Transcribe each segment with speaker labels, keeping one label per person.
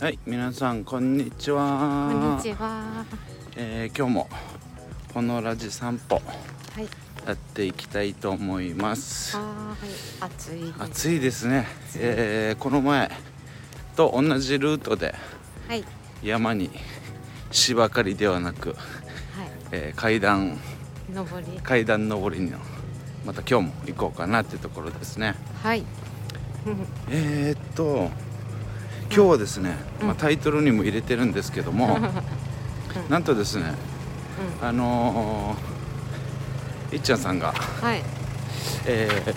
Speaker 1: はい、皆さんこんにちは。
Speaker 2: こんにちは。
Speaker 1: えー今日もこのラジ散歩
Speaker 2: はい。
Speaker 1: やっていきたいと思います。
Speaker 2: はーい。暑いです。
Speaker 1: 暑いですね。えーこの前と同じルートで
Speaker 2: はい。はい。
Speaker 1: 山に芝刈りではなく、えー階段
Speaker 2: 登り。
Speaker 1: 階段上りのまた今日も行こうかなってところですね。
Speaker 2: はい。
Speaker 1: えーっと今日はですね、
Speaker 2: うん
Speaker 1: まあ、タイトルにも入れてるんですけども、 なんとですね、あのーいっちゃんさんが、
Speaker 2: はい。
Speaker 1: えー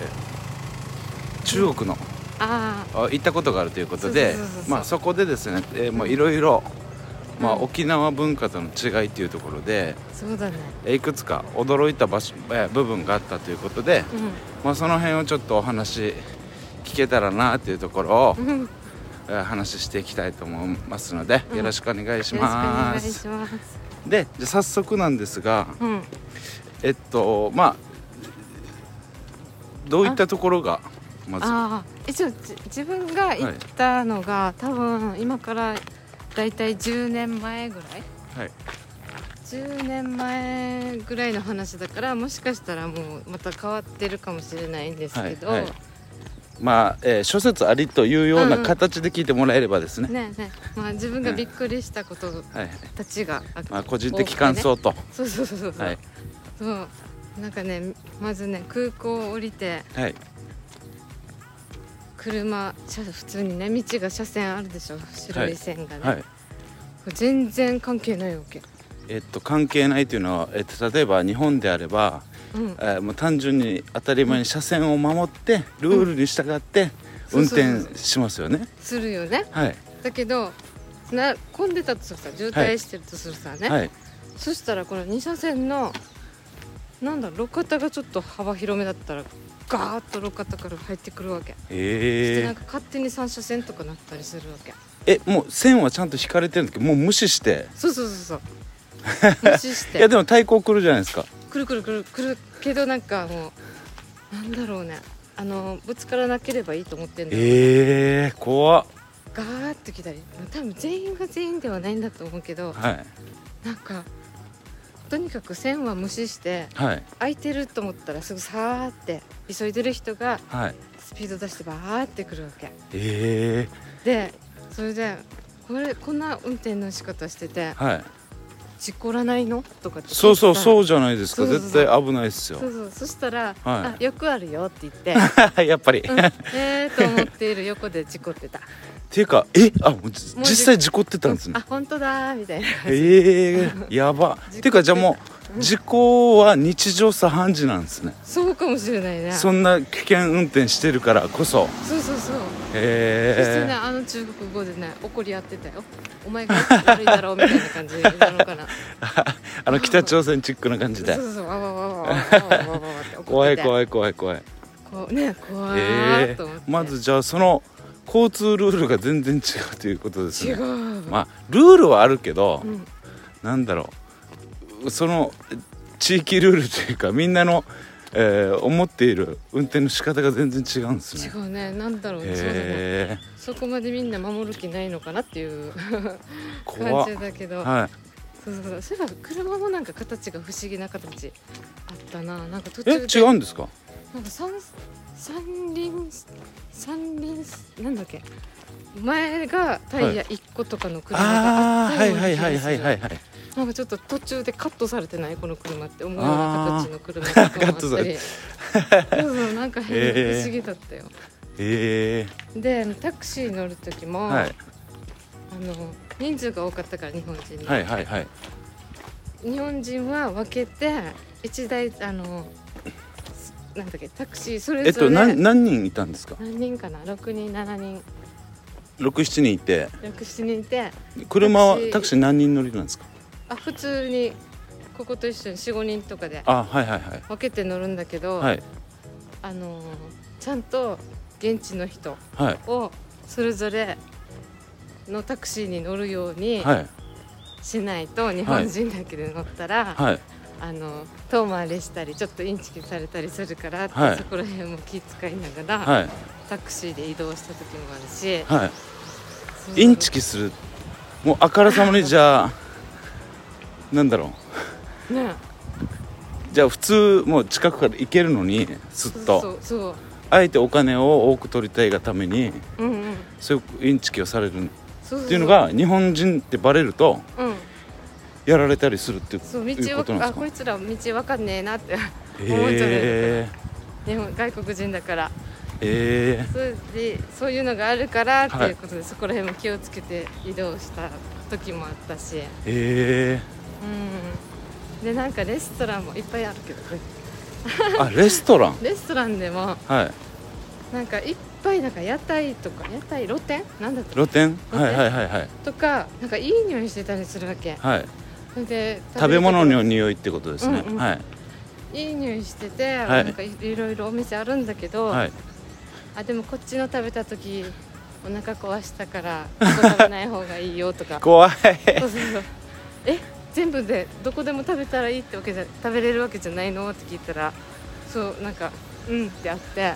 Speaker 1: 中国の
Speaker 2: あ
Speaker 1: あ行ったことがあるということで
Speaker 2: そうそうそうそう
Speaker 1: まあそこでですね、えーもういろいろ、まあ、
Speaker 2: うん
Speaker 1: 沖縄文化との違いというところで、
Speaker 2: あ。そうだね。
Speaker 1: えーいくつか驚いた場所、えー部分があったということで、まあ、その辺をちょっとお話聞けたらなというところを、
Speaker 2: うん。よ
Speaker 1: えー話していきたいと思いますので、
Speaker 2: うん
Speaker 1: よろしくお願い
Speaker 2: ろ
Speaker 1: し
Speaker 2: しくお願
Speaker 1: ま
Speaker 2: い
Speaker 1: す。
Speaker 2: します。
Speaker 1: でじゃあ早速なんですが
Speaker 2: うん。
Speaker 1: えっとまあどういったところがまずは
Speaker 2: ああ。一応じ自分が行ったのが、多分今からだいたい10年前ぐらい。
Speaker 1: い
Speaker 2: 10年前ぐらいの話だからもしかしたらもうまた変わってるかもしれないんですけど、
Speaker 1: はいはいまあ、えー諸説ありというよう
Speaker 2: うん
Speaker 1: な
Speaker 2: うん
Speaker 1: 形で聞いてもらえればですね、
Speaker 2: ねえねえまあ自分がびっくりしたこと
Speaker 1: はいはい
Speaker 2: たちが、
Speaker 1: まあ、個人的感想と、
Speaker 2: そうそうそうそう、
Speaker 1: はい
Speaker 2: そうなんかねまずね空港を降りて
Speaker 1: はい
Speaker 2: 車車普通にね道が車線あるでしょ白い線がね、
Speaker 1: はい
Speaker 2: 全然関係ないわけ、
Speaker 1: えっと関係ないというのは、えっと、例えば日本であれば、
Speaker 2: うん、
Speaker 1: えーもう単純に当たり前に車線を守ってルールに従って
Speaker 2: うん
Speaker 1: 運
Speaker 2: そうそうそう
Speaker 1: 転しますよね、
Speaker 2: するよね
Speaker 1: はい
Speaker 2: だけどな混んでたとするさ渋滞してるとするさね、
Speaker 1: はい
Speaker 2: そしたらこの2車線のなんだ路肩がちょっと幅広めだったらガーッと路肩から入ってくるわけ、そしてな
Speaker 1: え
Speaker 2: んか勝手に3車線とかなったりするわけ
Speaker 1: えもう線はちゃんと引かれてるんですけどもう無視して
Speaker 2: そうそ うそうそう無視し
Speaker 1: い
Speaker 2: て
Speaker 1: やでも対抗来るじゃないですか
Speaker 2: くるくるくるくるけどなんかもうなんだろうねあのぶつからなければいいと思ってんだよ
Speaker 1: ええー、怖っ
Speaker 2: ガーッと来たりまあ多分全員が全員ではないんだと思うけど
Speaker 1: はい
Speaker 2: なんかとにかく線は無視して
Speaker 1: はい
Speaker 2: 空いてると思ったらすぐさーって急いでる人が
Speaker 1: はい
Speaker 2: スピード出してバーってくるわけ
Speaker 1: え
Speaker 2: でそれでこれこんな運転の仕方してて
Speaker 1: えー、はい
Speaker 2: 事故らないのとかって聞いてた
Speaker 1: そうそうそううじゃないですか
Speaker 2: そうそうそう
Speaker 1: 絶対危ないっすよ
Speaker 2: そうそうそしたら、
Speaker 1: は
Speaker 2: あよくあるよって言って
Speaker 1: やっぱり、
Speaker 2: う
Speaker 1: っ
Speaker 2: ん、えーと思っている横で事故ってた
Speaker 1: ていうかえあもうじ
Speaker 2: もう
Speaker 1: 実際事故ってたんですね
Speaker 2: あ本当だーみたいな
Speaker 1: ええー、やば
Speaker 2: 故ってた
Speaker 1: ていうかじゃあもう事故は日常茶飯事なんですね
Speaker 2: そうかもしれないね
Speaker 1: そんな危険運転してるからこそ
Speaker 2: そうそうそう、そしてね
Speaker 1: え
Speaker 2: あの中国語でね怒り合ってたよお前が悪いだろうみたいな感じなのかな
Speaker 1: えー、あの北朝鮮チックな感じで
Speaker 2: そうそうそうわわわわわわわわわわって怒ってて
Speaker 1: 怖い
Speaker 2: い
Speaker 1: 怖い怖い怖い
Speaker 2: こうね怖
Speaker 1: え
Speaker 2: い
Speaker 1: え
Speaker 2: と思って、
Speaker 1: まずじゃあその交通ルールが全然違うということです
Speaker 2: 違
Speaker 1: ね
Speaker 2: う、
Speaker 1: まあルールはあるけど、
Speaker 2: うん
Speaker 1: なんだろうその地域ルールというかみんなの、えー思っている運転の仕方が全然違うんです
Speaker 2: 違
Speaker 1: ね
Speaker 2: うねなんだろうねそうだね
Speaker 1: へえ
Speaker 2: そこまでみんな守る気ないのかなっていう
Speaker 1: 怖
Speaker 2: 感
Speaker 1: っ
Speaker 2: じだけど
Speaker 1: は
Speaker 2: そうそうそうそういえば車もなんか形が不思議な形あったななんか途
Speaker 1: いえ
Speaker 2: 中で
Speaker 1: 違うんですか
Speaker 2: なんか三三輪三輪なんだっけ前がタイヤ一個とかの車が
Speaker 1: あ
Speaker 2: あ
Speaker 1: あ
Speaker 2: っ
Speaker 1: ー
Speaker 2: た
Speaker 1: は
Speaker 2: よ
Speaker 1: いう
Speaker 2: な
Speaker 1: はい
Speaker 2: 気
Speaker 1: はい
Speaker 2: がす
Speaker 1: はい
Speaker 2: る
Speaker 1: はいはい
Speaker 2: なんかちょっと途中でカットされてないこの車って思うような形の車とかもあったり
Speaker 1: カットされ
Speaker 2: そうそうなんか変な、
Speaker 1: へー
Speaker 2: 不思議だったよ
Speaker 1: え
Speaker 2: でタクシー乗る時も、
Speaker 1: えはい
Speaker 2: あの人数が多かったから日本人に、
Speaker 1: はいはいはい
Speaker 2: 日本人は分けて一台あのすなんだっけタクシーそ
Speaker 1: え
Speaker 2: れ
Speaker 1: っ
Speaker 2: ぞ
Speaker 1: と
Speaker 2: れ、
Speaker 1: 何何人いたんですか
Speaker 2: 何人かな6人7人
Speaker 1: 67人いて
Speaker 2: 67人いて
Speaker 1: 車は
Speaker 2: タクシー
Speaker 1: タクシー何人乗りなんですか
Speaker 2: あ普通にここと一緒に45人とかで
Speaker 1: あはいはいはい
Speaker 2: 分けて乗るんだけど、
Speaker 1: はい
Speaker 2: あのーちゃんと現地の人
Speaker 1: はい
Speaker 2: をそれぞれのタクシーに乗るように
Speaker 1: はい
Speaker 2: しないと、日本人だけで乗ったら、
Speaker 1: はい
Speaker 2: あの遠回りしたりちょっとインチキされたりするから、
Speaker 1: はい
Speaker 2: そこら辺も気遣いながら、
Speaker 1: はい
Speaker 2: タクシーで移動した時もあるし
Speaker 1: はいインチキするもうあからさまにじゃあなんだろ
Speaker 2: ね
Speaker 1: うじゃあ普通もう近くから行けるのにすっと
Speaker 2: そうそ
Speaker 1: あえてお金を多く取りたいがために
Speaker 2: ううんうん
Speaker 1: そういうインチキをされるっ
Speaker 2: そうそう
Speaker 1: ていうのが日本人ってバレると
Speaker 2: うん
Speaker 1: やられたりするっていう
Speaker 2: そ
Speaker 1: い
Speaker 2: う
Speaker 1: う
Speaker 2: 道
Speaker 1: こと
Speaker 2: を
Speaker 1: なん
Speaker 2: あ
Speaker 1: です
Speaker 2: こ
Speaker 1: か
Speaker 2: いつら道わかんねえなって 思うんじゃない
Speaker 1: え
Speaker 2: 日本外国人だか
Speaker 1: ー、
Speaker 2: ら
Speaker 1: え
Speaker 2: それでそういうのがあるからって
Speaker 1: はい
Speaker 2: いうことで、そこら辺も気をつけて移動した時もあったし
Speaker 1: ー、え
Speaker 2: うんでなんかレストランもいっぱいあるけどね
Speaker 1: ー、あレストラン
Speaker 2: レストランでも
Speaker 1: はい
Speaker 2: なんかいっぱいなんか屋台とか屋台露店なんだった
Speaker 1: 露店
Speaker 2: 露店
Speaker 1: はいはいはいはい
Speaker 2: とかなんかいい匂いしてたりするわけ
Speaker 1: はい
Speaker 2: それで
Speaker 1: 食べ物
Speaker 2: に
Speaker 1: の匂いってことですね、
Speaker 2: うんうん
Speaker 1: はい
Speaker 2: いい匂いしてて、
Speaker 1: はい
Speaker 2: なんかいいろいろお店あるんだけど、
Speaker 1: はい
Speaker 2: あでもこっちの食べた時お腹壊したからここ食べない方がいいよ とか
Speaker 1: 怖い
Speaker 2: そうそうそうえ全部でどこでも食べたらいいってわけじゃ食べれるわけじゃないのって聞いたらそうなんかうんってあって、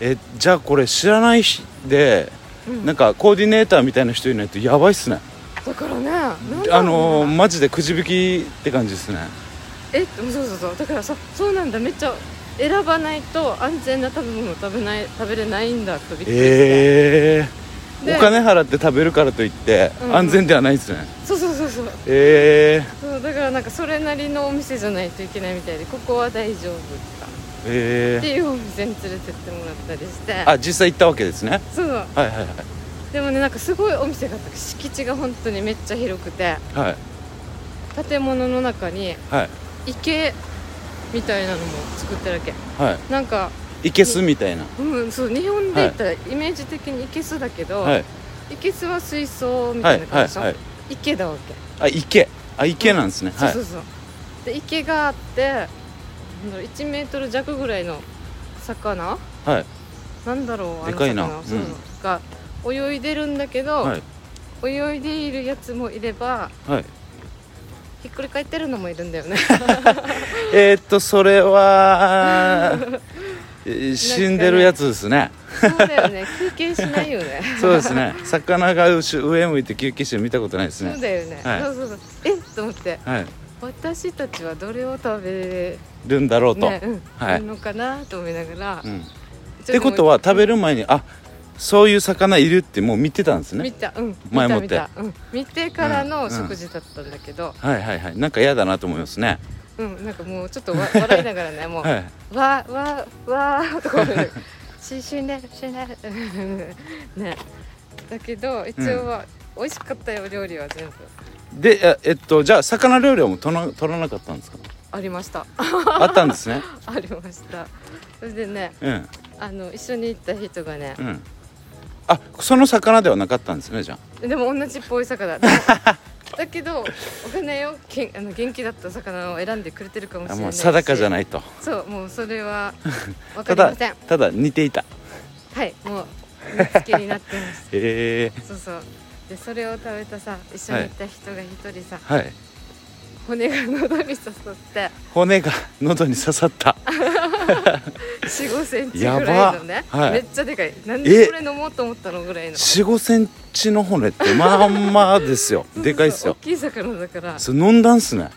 Speaker 1: えじゃあこれ知らない人で
Speaker 2: うん
Speaker 1: なんかコーディネーターみたいな人いないとやばいっすね
Speaker 2: だからねなんだ
Speaker 1: あ
Speaker 2: ろ
Speaker 1: のー
Speaker 2: うな
Speaker 1: マジでくじ引きって感じですね
Speaker 2: えそうそうそうだからそそうなんだめっちゃ選ばないと安全な食べ物を食べない食べれないんだとびっくりして、
Speaker 1: ええ
Speaker 2: で
Speaker 1: お金払って食べるからといって
Speaker 2: うんうん
Speaker 1: 安全ではないですね、
Speaker 2: そうそうそうそう
Speaker 1: え
Speaker 2: そうだからなんかそれなりのお店じゃないといけないみたいでここは大丈夫とか
Speaker 1: ええ
Speaker 2: っ
Speaker 1: え
Speaker 2: ていうお店に連れてってもらったりして
Speaker 1: あ実際行ったわけですね
Speaker 2: そうそう
Speaker 1: はいはい
Speaker 2: でもねなんかすごいお店があった敷地が本当にめっちゃ広くて
Speaker 1: はい
Speaker 2: 建物の中に
Speaker 1: はい
Speaker 2: 池みたいなのも作ってるわけ
Speaker 1: はいは
Speaker 2: なんか、
Speaker 1: いいけすみたいな
Speaker 2: うん、そう日本で言ったらイメージ的にいけすだけど、
Speaker 1: はい
Speaker 2: いけすは水槽み
Speaker 1: は
Speaker 2: た
Speaker 1: い
Speaker 2: いな感
Speaker 1: は
Speaker 2: じ
Speaker 1: い
Speaker 2: でしょ、
Speaker 1: はい
Speaker 2: 池だわけ
Speaker 1: あ池あ池なんですね、
Speaker 2: そう
Speaker 1: はい
Speaker 2: そうそう、で池があってなんだろう1メートル弱ぐらいの魚
Speaker 1: はい
Speaker 2: なんだろうあの魚
Speaker 1: でかいな
Speaker 2: そ
Speaker 1: う
Speaker 2: う
Speaker 1: ん
Speaker 2: が泳いでるんだけど、
Speaker 1: はい
Speaker 2: 泳いでいるやつもいれば
Speaker 1: はい
Speaker 2: ひっくり返ってるのもいる んだよね
Speaker 1: えー、っとそれは えー死んでるやつですね
Speaker 2: そうだよね休憩しない よね
Speaker 1: そうですね魚がうし上向いて休憩してるの見たことないです
Speaker 2: そう
Speaker 1: ね
Speaker 2: だよね、
Speaker 1: はい
Speaker 2: そうそうそうえっと思って
Speaker 1: はい
Speaker 2: 私たちはどれを食べ
Speaker 1: るんだろうと、
Speaker 2: ねうん
Speaker 1: はい
Speaker 2: いるのかなと思いながら、
Speaker 1: う
Speaker 2: ちょ
Speaker 1: ん、っ
Speaker 2: って
Speaker 1: ことは食べる前にあそういう魚いるってもう見てたんです
Speaker 2: 見
Speaker 1: ね
Speaker 2: たうん見
Speaker 1: 前
Speaker 2: た
Speaker 1: もっ
Speaker 2: 見
Speaker 1: て
Speaker 2: た、うん、見てから
Speaker 1: うんう
Speaker 2: の
Speaker 1: ん
Speaker 2: 食事だったんだけど
Speaker 1: はいはいはいなんか嫌だなと思いますね
Speaker 2: うん、なんかもうちょっと わ笑いながらねもう、
Speaker 1: はい
Speaker 2: わわわーとか思いながらし死んでる死んでるね だけど一応は、美味しかったよ料理は全部
Speaker 1: でええっとじゃあ魚料理はもうとら取らなかったん ですか
Speaker 2: ありました
Speaker 1: あったんですね
Speaker 2: ありましたそれでね
Speaker 1: うん
Speaker 2: あの一緒に行った人がね
Speaker 1: う、んあその魚ではなかったんですねじゃ
Speaker 2: でも同じっぽ い魚だだけどお金をけんあの元気だった魚を選んでくれてるかもし
Speaker 1: あ
Speaker 2: れ
Speaker 1: あ
Speaker 2: ない
Speaker 1: もう定かじゃ
Speaker 2: い
Speaker 1: ないと
Speaker 2: そうもうそれ はわ
Speaker 1: た
Speaker 2: かりま
Speaker 1: だ
Speaker 2: せん
Speaker 1: ただ似ていた
Speaker 2: はいもう見つけになってます
Speaker 1: へえ
Speaker 2: そうそうでそれを食べたさ一緒に行った人が一人さ、
Speaker 1: はい
Speaker 2: 骨が喉に刺さって
Speaker 1: 骨が喉に刺さった
Speaker 2: 4 5センチぐ
Speaker 1: やば
Speaker 2: らいのね、
Speaker 1: はい
Speaker 2: めっちゃでかいなんで
Speaker 1: え
Speaker 2: これ飲もうと思ったのぐらいの
Speaker 1: 4 5センチの骨ってまあまあです よ
Speaker 2: そうそうそう
Speaker 1: でかいっすよ
Speaker 2: 大きい魚だから
Speaker 1: それ飲んだんすね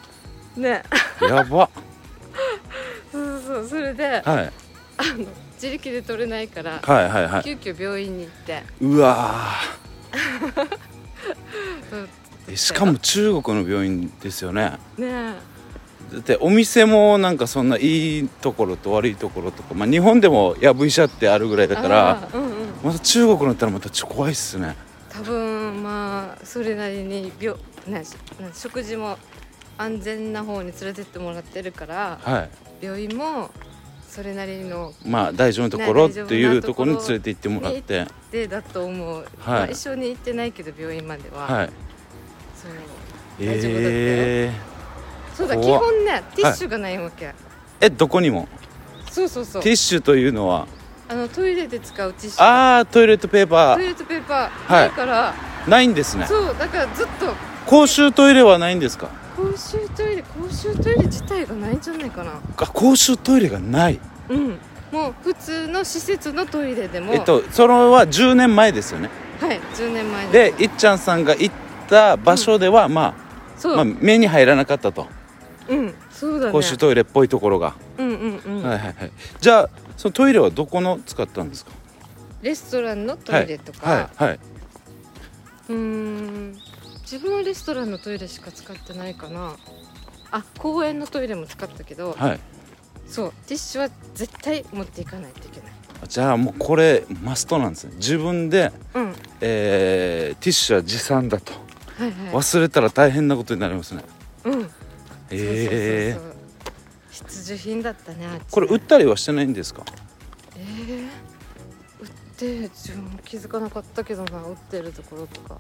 Speaker 2: ね
Speaker 1: やば
Speaker 2: そうそうそうそれで
Speaker 1: はい
Speaker 2: 自力で取れないから、
Speaker 1: はいはいはい
Speaker 2: 急遽病院に行って
Speaker 1: うわ
Speaker 2: そう
Speaker 1: ーえしかも中国の病院ですよね
Speaker 2: ね
Speaker 1: だってお店もなんかそんないいところと悪いところとか、まあ、日本でもやぶ医者ってあるぐらいだから
Speaker 2: あーうんうん、
Speaker 1: また中国のやったらまたちょっと怖いっすね
Speaker 2: 多分まあそれなりに病ねしね食事も安全な方に連れてってもらってるから
Speaker 1: は
Speaker 2: 病院もそれなりの
Speaker 1: いまあ大丈夫なところっ
Speaker 2: ね大丈夫な
Speaker 1: ていうところに連れて行ってもらって
Speaker 2: でだと思う、まあ一緒に行ってないけど病院までは、
Speaker 1: はい
Speaker 2: そう大丈夫だったよ
Speaker 1: え
Speaker 2: そうだ基
Speaker 1: 怖っ
Speaker 2: 本ねティッシュがないわけ、
Speaker 1: ー、えどこにも
Speaker 2: そうそうそう
Speaker 1: ティッシュというのは
Speaker 2: あのトイレで使うティッシュ
Speaker 1: ああトイレットペーパ
Speaker 2: トイレ
Speaker 1: ー
Speaker 2: ットペーパー
Speaker 1: はい
Speaker 2: ないから、
Speaker 1: ないんですね
Speaker 2: そうだからずっと
Speaker 1: 公衆トイレはないんですか
Speaker 2: 公衆トイレ公衆トイレ自体がないんじゃないかな
Speaker 1: あ公衆トイレがない
Speaker 2: うんもう普通の施設のトイレでも、
Speaker 1: えっとそれは10年前ですよね
Speaker 2: はい10年前
Speaker 1: でいっちゃんさんが行った場所では、ま
Speaker 2: そ
Speaker 1: あ、
Speaker 2: う、
Speaker 1: まあ目に入らなかったと、
Speaker 2: うんそうだね
Speaker 1: 公衆トイレっぽいところが、
Speaker 2: うんうんうん、
Speaker 1: はいはいはいじゃあそのトイレはどこの使ったんですか
Speaker 2: レストランのトイレとか、
Speaker 1: はいはい、
Speaker 2: うーん自分はレストランのトイレしか使ってないかなあ公園のトイレも使ったけど
Speaker 1: はいはい、
Speaker 2: そうティッシュは絶対持っていかないといけない
Speaker 1: じゃあもうこれマストなんですね自分で、
Speaker 2: うんは
Speaker 1: えーティッシュは持参だと
Speaker 2: いはい
Speaker 1: 忘れたら大変なことになりますね
Speaker 2: うん
Speaker 1: ええ
Speaker 2: そうそうそうそう必需品だったねあっちね
Speaker 1: これ売ったりはしてないんですか
Speaker 2: えー売って自分も気づかなかったけどな売ってるところとか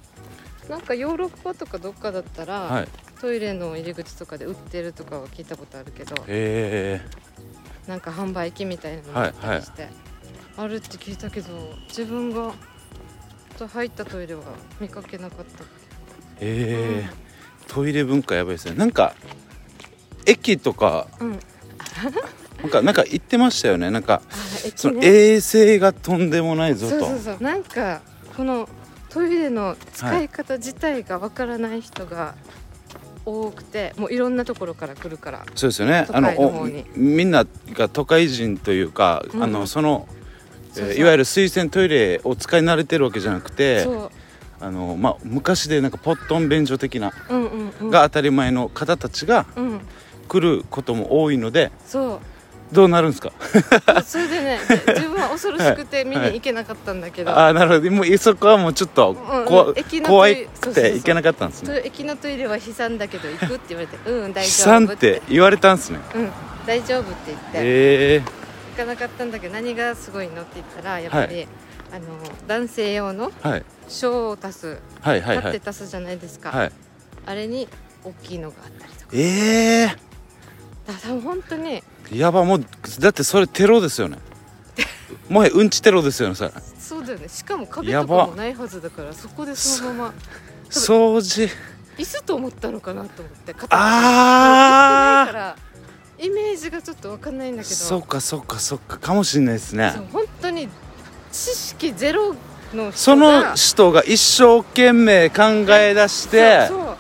Speaker 2: なんかヨーロッパとかどっかだったら、
Speaker 1: はい
Speaker 2: トイレの入り口とかで売ってるとかは聞いたことあるけど
Speaker 1: え
Speaker 2: なんか販売機みたいなのがあったりして、あるって聞いたけど自分が入ったトイレは見かけなかった
Speaker 1: ー、えートイレ文化やばいですねなんか駅とか
Speaker 2: うんあ
Speaker 1: なんかなんか言ってましたよねなんか
Speaker 2: 駅
Speaker 1: そ
Speaker 2: ね
Speaker 1: の衛生がとんでもないぞ
Speaker 2: そう
Speaker 1: と
Speaker 2: そうそうなんかこのトイレの使い方自体がわからない人が多くて、もういろんなところから来るから
Speaker 1: そうですよね
Speaker 2: 都
Speaker 1: あの
Speaker 2: 会の
Speaker 1: お
Speaker 2: 方に
Speaker 1: みんなが都会人というか、
Speaker 2: うん
Speaker 1: あのその
Speaker 2: そう
Speaker 1: え
Speaker 2: そう
Speaker 1: ーいわゆる水洗トイレを使い慣れてるわけじゃなくて
Speaker 2: そう
Speaker 1: あの、まあ、昔でなんかポットン便所的な
Speaker 2: うんうんうん
Speaker 1: が当たり前の方たちが
Speaker 2: うん
Speaker 1: 来ることも多いので
Speaker 2: そう
Speaker 1: どうなるんですか
Speaker 2: それでねで自分は恐ろしくて見に行けなかったんだけど、
Speaker 1: ああなるほどもうそこはもうちょっと
Speaker 2: うん
Speaker 1: 怖,、
Speaker 2: 駅の
Speaker 1: 怖い
Speaker 2: そ
Speaker 1: く
Speaker 2: うそうそう
Speaker 1: ていけなかったんです
Speaker 2: ト
Speaker 1: ね
Speaker 2: イ駅のトイレは悲惨だけど行くって言われて「うん
Speaker 1: 悲
Speaker 2: 大丈
Speaker 1: 惨
Speaker 2: 夫」
Speaker 1: っ、て言われたんですね
Speaker 2: うん「大丈夫」って言って、
Speaker 1: え
Speaker 2: 行かなかったんだけど何がすごいのって言ったらやっぱり、
Speaker 1: は
Speaker 2: あの男性用の
Speaker 1: ーはい、
Speaker 2: 小を足す
Speaker 1: はいはい
Speaker 2: 立
Speaker 1: は
Speaker 2: っ
Speaker 1: い
Speaker 2: て足すじゃないですか、
Speaker 1: はい
Speaker 2: あれに大きいのがあったりとか
Speaker 1: ええ
Speaker 2: だから本当に
Speaker 1: ー、やばもうだってそれテロですよねもはやうんちテロですよねそれ
Speaker 2: そうだよねしかも壁
Speaker 1: や
Speaker 2: と
Speaker 1: ば
Speaker 2: かもないはずだからそこでそのまま
Speaker 1: 掃除
Speaker 2: 椅子と思ったのかなと思って肩
Speaker 1: あ
Speaker 2: だ
Speaker 1: あ
Speaker 2: からイメージがちょっと分かんないんだけど
Speaker 1: そっかそっかそっかかもしれないですね
Speaker 2: そう本当に知識ゼロの人が
Speaker 1: その人が一生懸命考え出して
Speaker 2: そうそう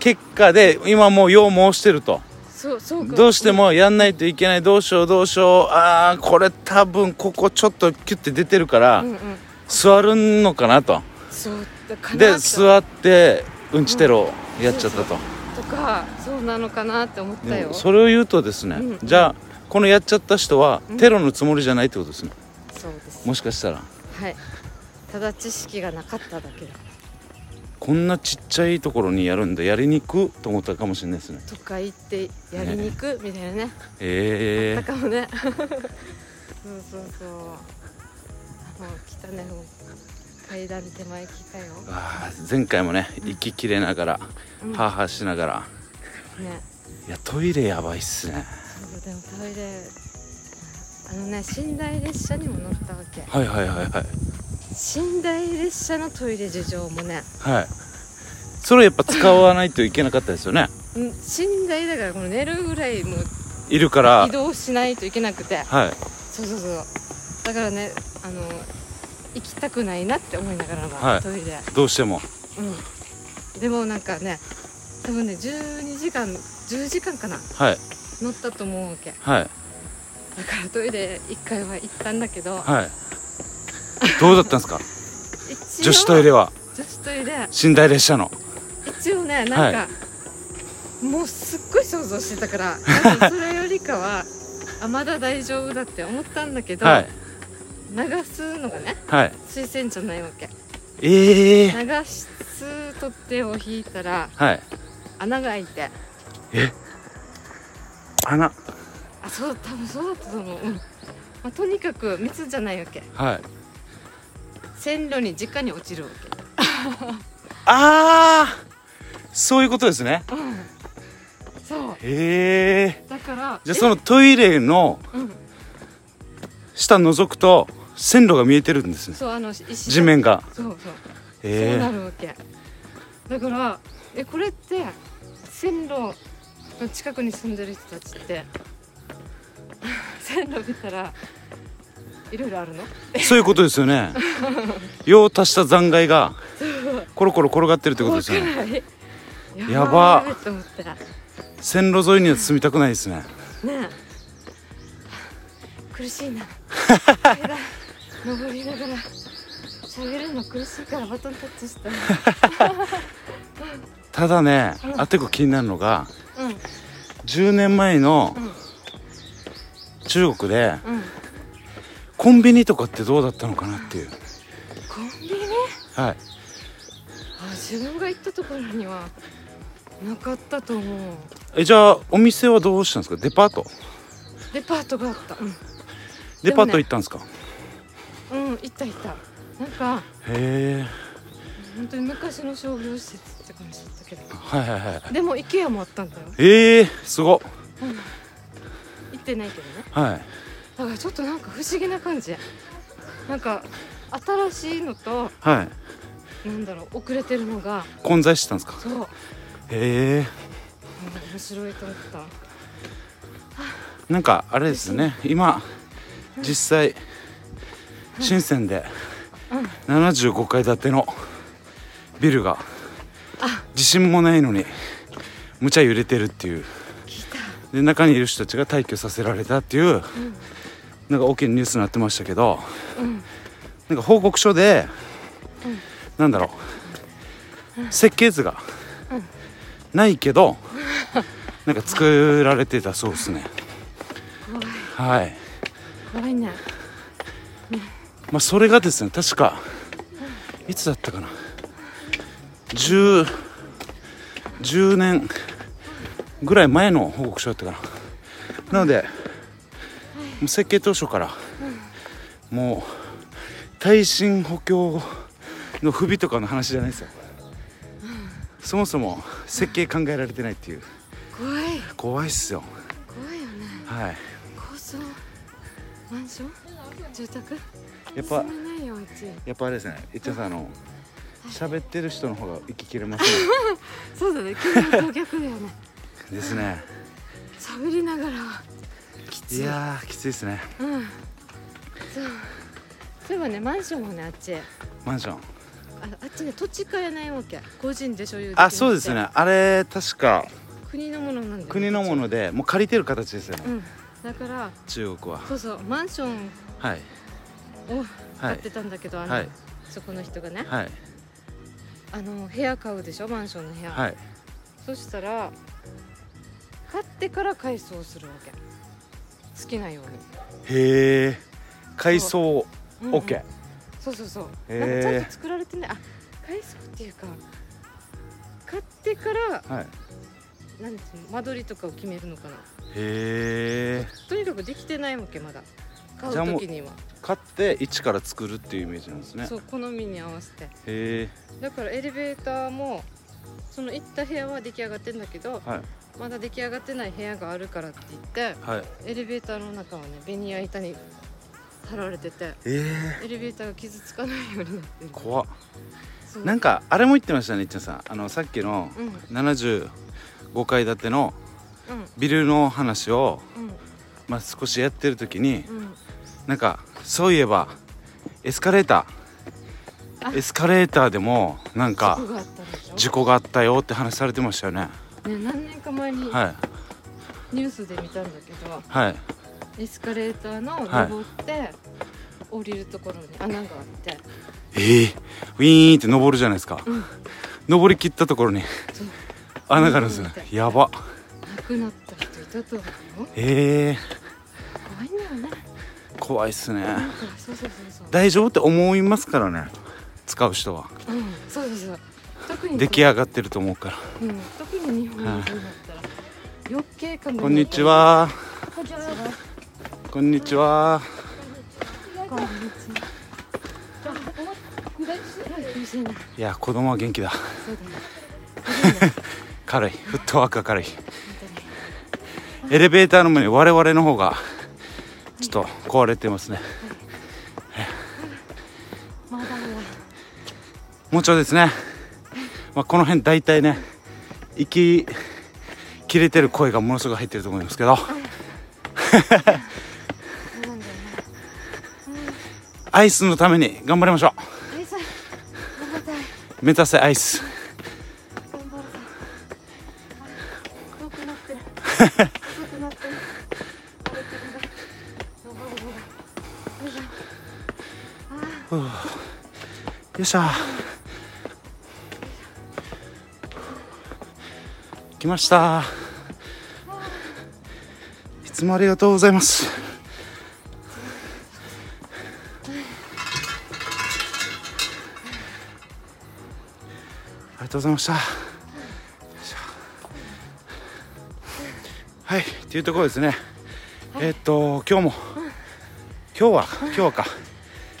Speaker 1: 結果で今もう要申してると
Speaker 2: そうそうか
Speaker 1: どうしてもやんないといけないどうしようどうしようああこれ多分ここちょっとキュッて出てるから
Speaker 2: うんうん
Speaker 1: 座るのかなと
Speaker 2: そうだかな
Speaker 1: で
Speaker 2: と
Speaker 1: 座ってうんちテロやっちゃったと
Speaker 2: とかそうなのかなって思った
Speaker 1: で
Speaker 2: よ
Speaker 1: もそれを言うとですね
Speaker 2: うん
Speaker 1: じゃあこのやっちゃった人は
Speaker 2: うん
Speaker 1: テロのつもりじゃないってことですね
Speaker 2: そうです
Speaker 1: もしかしたら
Speaker 2: はいただ知識がなかっただけだ
Speaker 1: こんなちっちゃいところにやるんだやりにくと思ったかもしれないですね
Speaker 2: とか言ってやりに行くみたいなね
Speaker 1: え
Speaker 2: だ
Speaker 1: え
Speaker 2: かもねそうそうそうあもう来たねもう階段手前来たよ
Speaker 1: あー前回もね息切れながら、
Speaker 2: うん
Speaker 1: ハーハーしながら
Speaker 2: ね
Speaker 1: いやトイレやばいっすね
Speaker 2: そうでもトイレあのね寝台列車にも乗ったわけ
Speaker 1: はいはいはいはい
Speaker 2: 寝台列車のトイレ事情もね
Speaker 1: はいそれやっぱ使わないといけなかったですよね
Speaker 2: うん寝台だからこの寝るぐらいもう
Speaker 1: いるから
Speaker 2: 移動しないといけなくて
Speaker 1: はい
Speaker 2: そうそうそうだからねあの行きたくないなって思いながらも、
Speaker 1: はい
Speaker 2: トイレ
Speaker 1: どうしても
Speaker 2: うんでもなんかね多分ね12時間10時間かな
Speaker 1: はい
Speaker 2: 乗ったと思うわけだ
Speaker 1: はい
Speaker 2: からトイレ1回は行ったんだけど
Speaker 1: はいどうだったん ですか
Speaker 2: 一応
Speaker 1: 女子トイレは
Speaker 2: 女子トイレ
Speaker 1: 寝台列車の
Speaker 2: 一応ねなんか、
Speaker 1: は
Speaker 2: もうすっごい想像してたからなんかそれよりかはあまだ大丈夫だって思ったんだけど、
Speaker 1: はい
Speaker 2: 流すのがね
Speaker 1: はい
Speaker 2: 水洗じゃないわけ
Speaker 1: ええ
Speaker 2: 流す取っ手を引いたら
Speaker 1: はい
Speaker 2: 穴が開いて
Speaker 1: 穴
Speaker 2: あそう多分そうだったと思う、うんまあ、とにかく密じゃないわけ
Speaker 1: はい
Speaker 2: 線路に直に落ちるわ
Speaker 1: ああそういうことですね
Speaker 2: けうんそう
Speaker 1: へえ
Speaker 2: だから
Speaker 1: じゃあそのトイレの
Speaker 2: えうん、
Speaker 1: 下覗くと線路が見えてるんですね
Speaker 2: そうあの石
Speaker 1: 地面が
Speaker 2: そうそうそう
Speaker 1: え
Speaker 2: なるわけだからえこれって線路の近 くに住んでる人たちって線路見たらいろいろあるの
Speaker 1: そういうことですよね用足した残骸がコロコロ転がってるってことですよね
Speaker 2: 怖くない
Speaker 1: やば
Speaker 2: ーと思ったらね
Speaker 1: 線路沿いには住みたくないですね
Speaker 2: え苦しい な階段登りながら喋るの苦しいからバトンタッチした
Speaker 1: ただね
Speaker 2: うん
Speaker 1: あてこ気になるのが
Speaker 2: うんうん
Speaker 1: 10年前の中国で
Speaker 2: うん
Speaker 1: コンビニとかってどうだったのかなっていう
Speaker 2: コンビニ
Speaker 1: はい
Speaker 2: あ自分が行ったところにはなかったと思う
Speaker 1: えじゃあお店はどうしたんですかデパート
Speaker 2: デパートがあったうん、
Speaker 1: デパー
Speaker 2: でも
Speaker 1: ト
Speaker 2: ね
Speaker 1: 行ったんですか、
Speaker 2: うん、行った行ったなんか
Speaker 1: へえ
Speaker 2: 本当に昔の商業施設って感じだったけど
Speaker 1: はいはいはい
Speaker 2: でも IKEA もあったんだよ
Speaker 1: ええすごっ
Speaker 2: 行ってないけどね
Speaker 1: はい
Speaker 2: だからちょっとなんか不思議な感じなんか新しいのと
Speaker 1: はい
Speaker 2: なんだろう遅れてるのが
Speaker 1: 混在してたんですか
Speaker 2: そう、うん、
Speaker 1: へえ
Speaker 2: 面白いと思った
Speaker 1: なんかあれですね今実際深センで75階建てのビルが地震もないのにむちゃ揺れてるっていう
Speaker 2: 聞いた
Speaker 1: で中にいる人たちが退去させられたっていうなんか大きなニュースになってましたけど
Speaker 2: うん
Speaker 1: なんか報告書でなんだろう設計図がないけどなんか作られてたそうですね
Speaker 2: 怖い
Speaker 1: はい。
Speaker 2: 怖いね
Speaker 1: まあ、それがですね確かいつだったかな 10, 10年ぐらい前の報告書だったかななのでもう設計当初からもう耐震補強の不備とかの話じゃないですよそもそも設計考えられてないっていう
Speaker 2: 怖い
Speaker 1: 怖いっすよ
Speaker 2: 怖いよね
Speaker 1: はい
Speaker 2: 高層マンション住宅
Speaker 1: やっぱ
Speaker 2: 住めないようち
Speaker 1: やっぱあれですねいっちゃんさんあの喋ってる人の方が息切れ ますね
Speaker 2: そうだね昨日と逆だよね
Speaker 1: ですね
Speaker 2: 喋りながらはきつい
Speaker 1: いやーきついですね
Speaker 2: うんそうそういえばねマンションもねあっちあ
Speaker 1: マンション
Speaker 2: あっちね土地買えないわけ個人で所有できなく
Speaker 1: あ
Speaker 2: て
Speaker 1: そうですねあれ確か
Speaker 2: 国のものなんだよね
Speaker 1: 国のものでもう借りてる形ですよね、
Speaker 2: うんだから
Speaker 1: 中国は
Speaker 2: そうそうマンション
Speaker 1: はい
Speaker 2: を
Speaker 1: は
Speaker 2: 買っ
Speaker 1: い
Speaker 2: てたんだけど、あの
Speaker 1: はい
Speaker 2: そこの人がね
Speaker 1: はい
Speaker 2: あの部屋買うでしょマンションの部屋、
Speaker 1: はい
Speaker 2: そしたら買ってから改装するわけ好きなように
Speaker 1: へえ改装
Speaker 2: うんうん
Speaker 1: OK
Speaker 2: そうそうそう、
Speaker 1: へー
Speaker 2: なんかちゃんと作られてないあ改装っていうか買ってから
Speaker 1: はいへ
Speaker 2: なんていうの間取りとかを決めるのかな
Speaker 1: え
Speaker 2: とにかくできてないわけまだ買う
Speaker 1: じゃあもう
Speaker 2: 時には、
Speaker 1: 買って一から作るっていうイメージなんですね
Speaker 2: そう好みに合わせて
Speaker 1: へえ
Speaker 2: だからエレベーターもその行った部屋は出来上がってんだけど
Speaker 1: はい
Speaker 2: まだ出来上がってない部屋があるからって言って
Speaker 1: はい
Speaker 2: エレベーターの中はねベニヤ板に貼られてて
Speaker 1: ええ
Speaker 2: エレベーターが傷つかないようになってる
Speaker 1: 怖っ
Speaker 2: そう
Speaker 1: なんかあれも言ってましたねいっちゃんさんあのさっきの
Speaker 2: うんうん
Speaker 1: 75階建てのビルの話を、まあ、少しやってる時に
Speaker 2: うんうん
Speaker 1: なんかそういえばエスカレータ
Speaker 2: あ
Speaker 1: ーエスカレーターでもなんか
Speaker 2: 事故があったでしょ
Speaker 1: 事故があったよって話されてましたよね
Speaker 2: ね、何年か前に
Speaker 1: はい
Speaker 2: ニュースで見たんだけど、
Speaker 1: はい
Speaker 2: エスカレーターの
Speaker 1: はい
Speaker 2: 登って降りるところに穴があって
Speaker 1: ええウィーンって登るじゃないですか、
Speaker 2: ん
Speaker 1: 登り切ったところに
Speaker 2: そう
Speaker 1: 穴があるんですよねやば
Speaker 2: 亡くなった人いたと思うよ
Speaker 1: ええ
Speaker 2: 怖いんだよね
Speaker 1: 怖いっすね
Speaker 2: なんかそうそうそうそう
Speaker 1: 大丈夫って思いますからね使う人は
Speaker 2: うんそうそうそう特に
Speaker 1: 出来
Speaker 2: や、
Speaker 1: 上がってると思うから
Speaker 2: うん、特に日本
Speaker 1: はい
Speaker 2: に住んだったら余計かも
Speaker 1: こんにちは
Speaker 2: こんにちは
Speaker 1: こんにちは
Speaker 2: こんにちは苦しいない
Speaker 1: や子供は元気だ
Speaker 2: そうだねそうだね
Speaker 1: 軽いフットワークが軽いエレベーターの前に我々の方がちょっと壊れてますね
Speaker 2: まだまだ
Speaker 1: もうちょいですね、まあ、この辺大体ね息切れてる声がものすごく入ってると思いますけど
Speaker 2: そうなんだよね
Speaker 1: アイスのために頑張りましょ
Speaker 2: アイス頑張った
Speaker 1: う目指せアイス
Speaker 2: 頑張ったあ遠くなってる遠くなってる歩いてるんだ登る登る
Speaker 1: よっしゃ来ましたいつもありがとうございますありがとうございましたよいしょはいっていうところですねえーっと今日も今日は今日か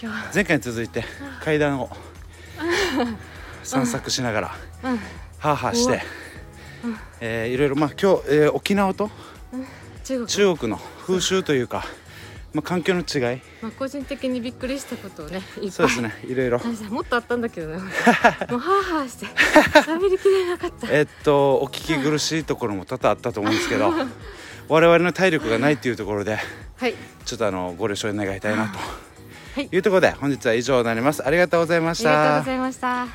Speaker 2: 今日は
Speaker 1: 前回に続いて階段を散策しながらハーハーして、えーいろいろまあ今日、えー沖縄と
Speaker 2: 中国
Speaker 1: 中国の風習というか、まあ、環境の違い
Speaker 2: まあ個人的にびっくりしたことをねいっ
Speaker 1: そう
Speaker 2: ぱ
Speaker 1: です
Speaker 2: い
Speaker 1: ねいろいろ
Speaker 2: 話したもっとあったんだけど ねもうハーハーして喋りきれなかった
Speaker 1: えっとお聞き苦しいところも多々あったと思うんですけど 我々の体力がないっていうところで
Speaker 2: はい
Speaker 1: ちょっとあのご了承願いたいなと
Speaker 2: はい
Speaker 1: いうところで本日は以上になりますありがとうございま
Speaker 2: あ
Speaker 1: し
Speaker 2: りがとう
Speaker 1: た
Speaker 2: ご。ざいました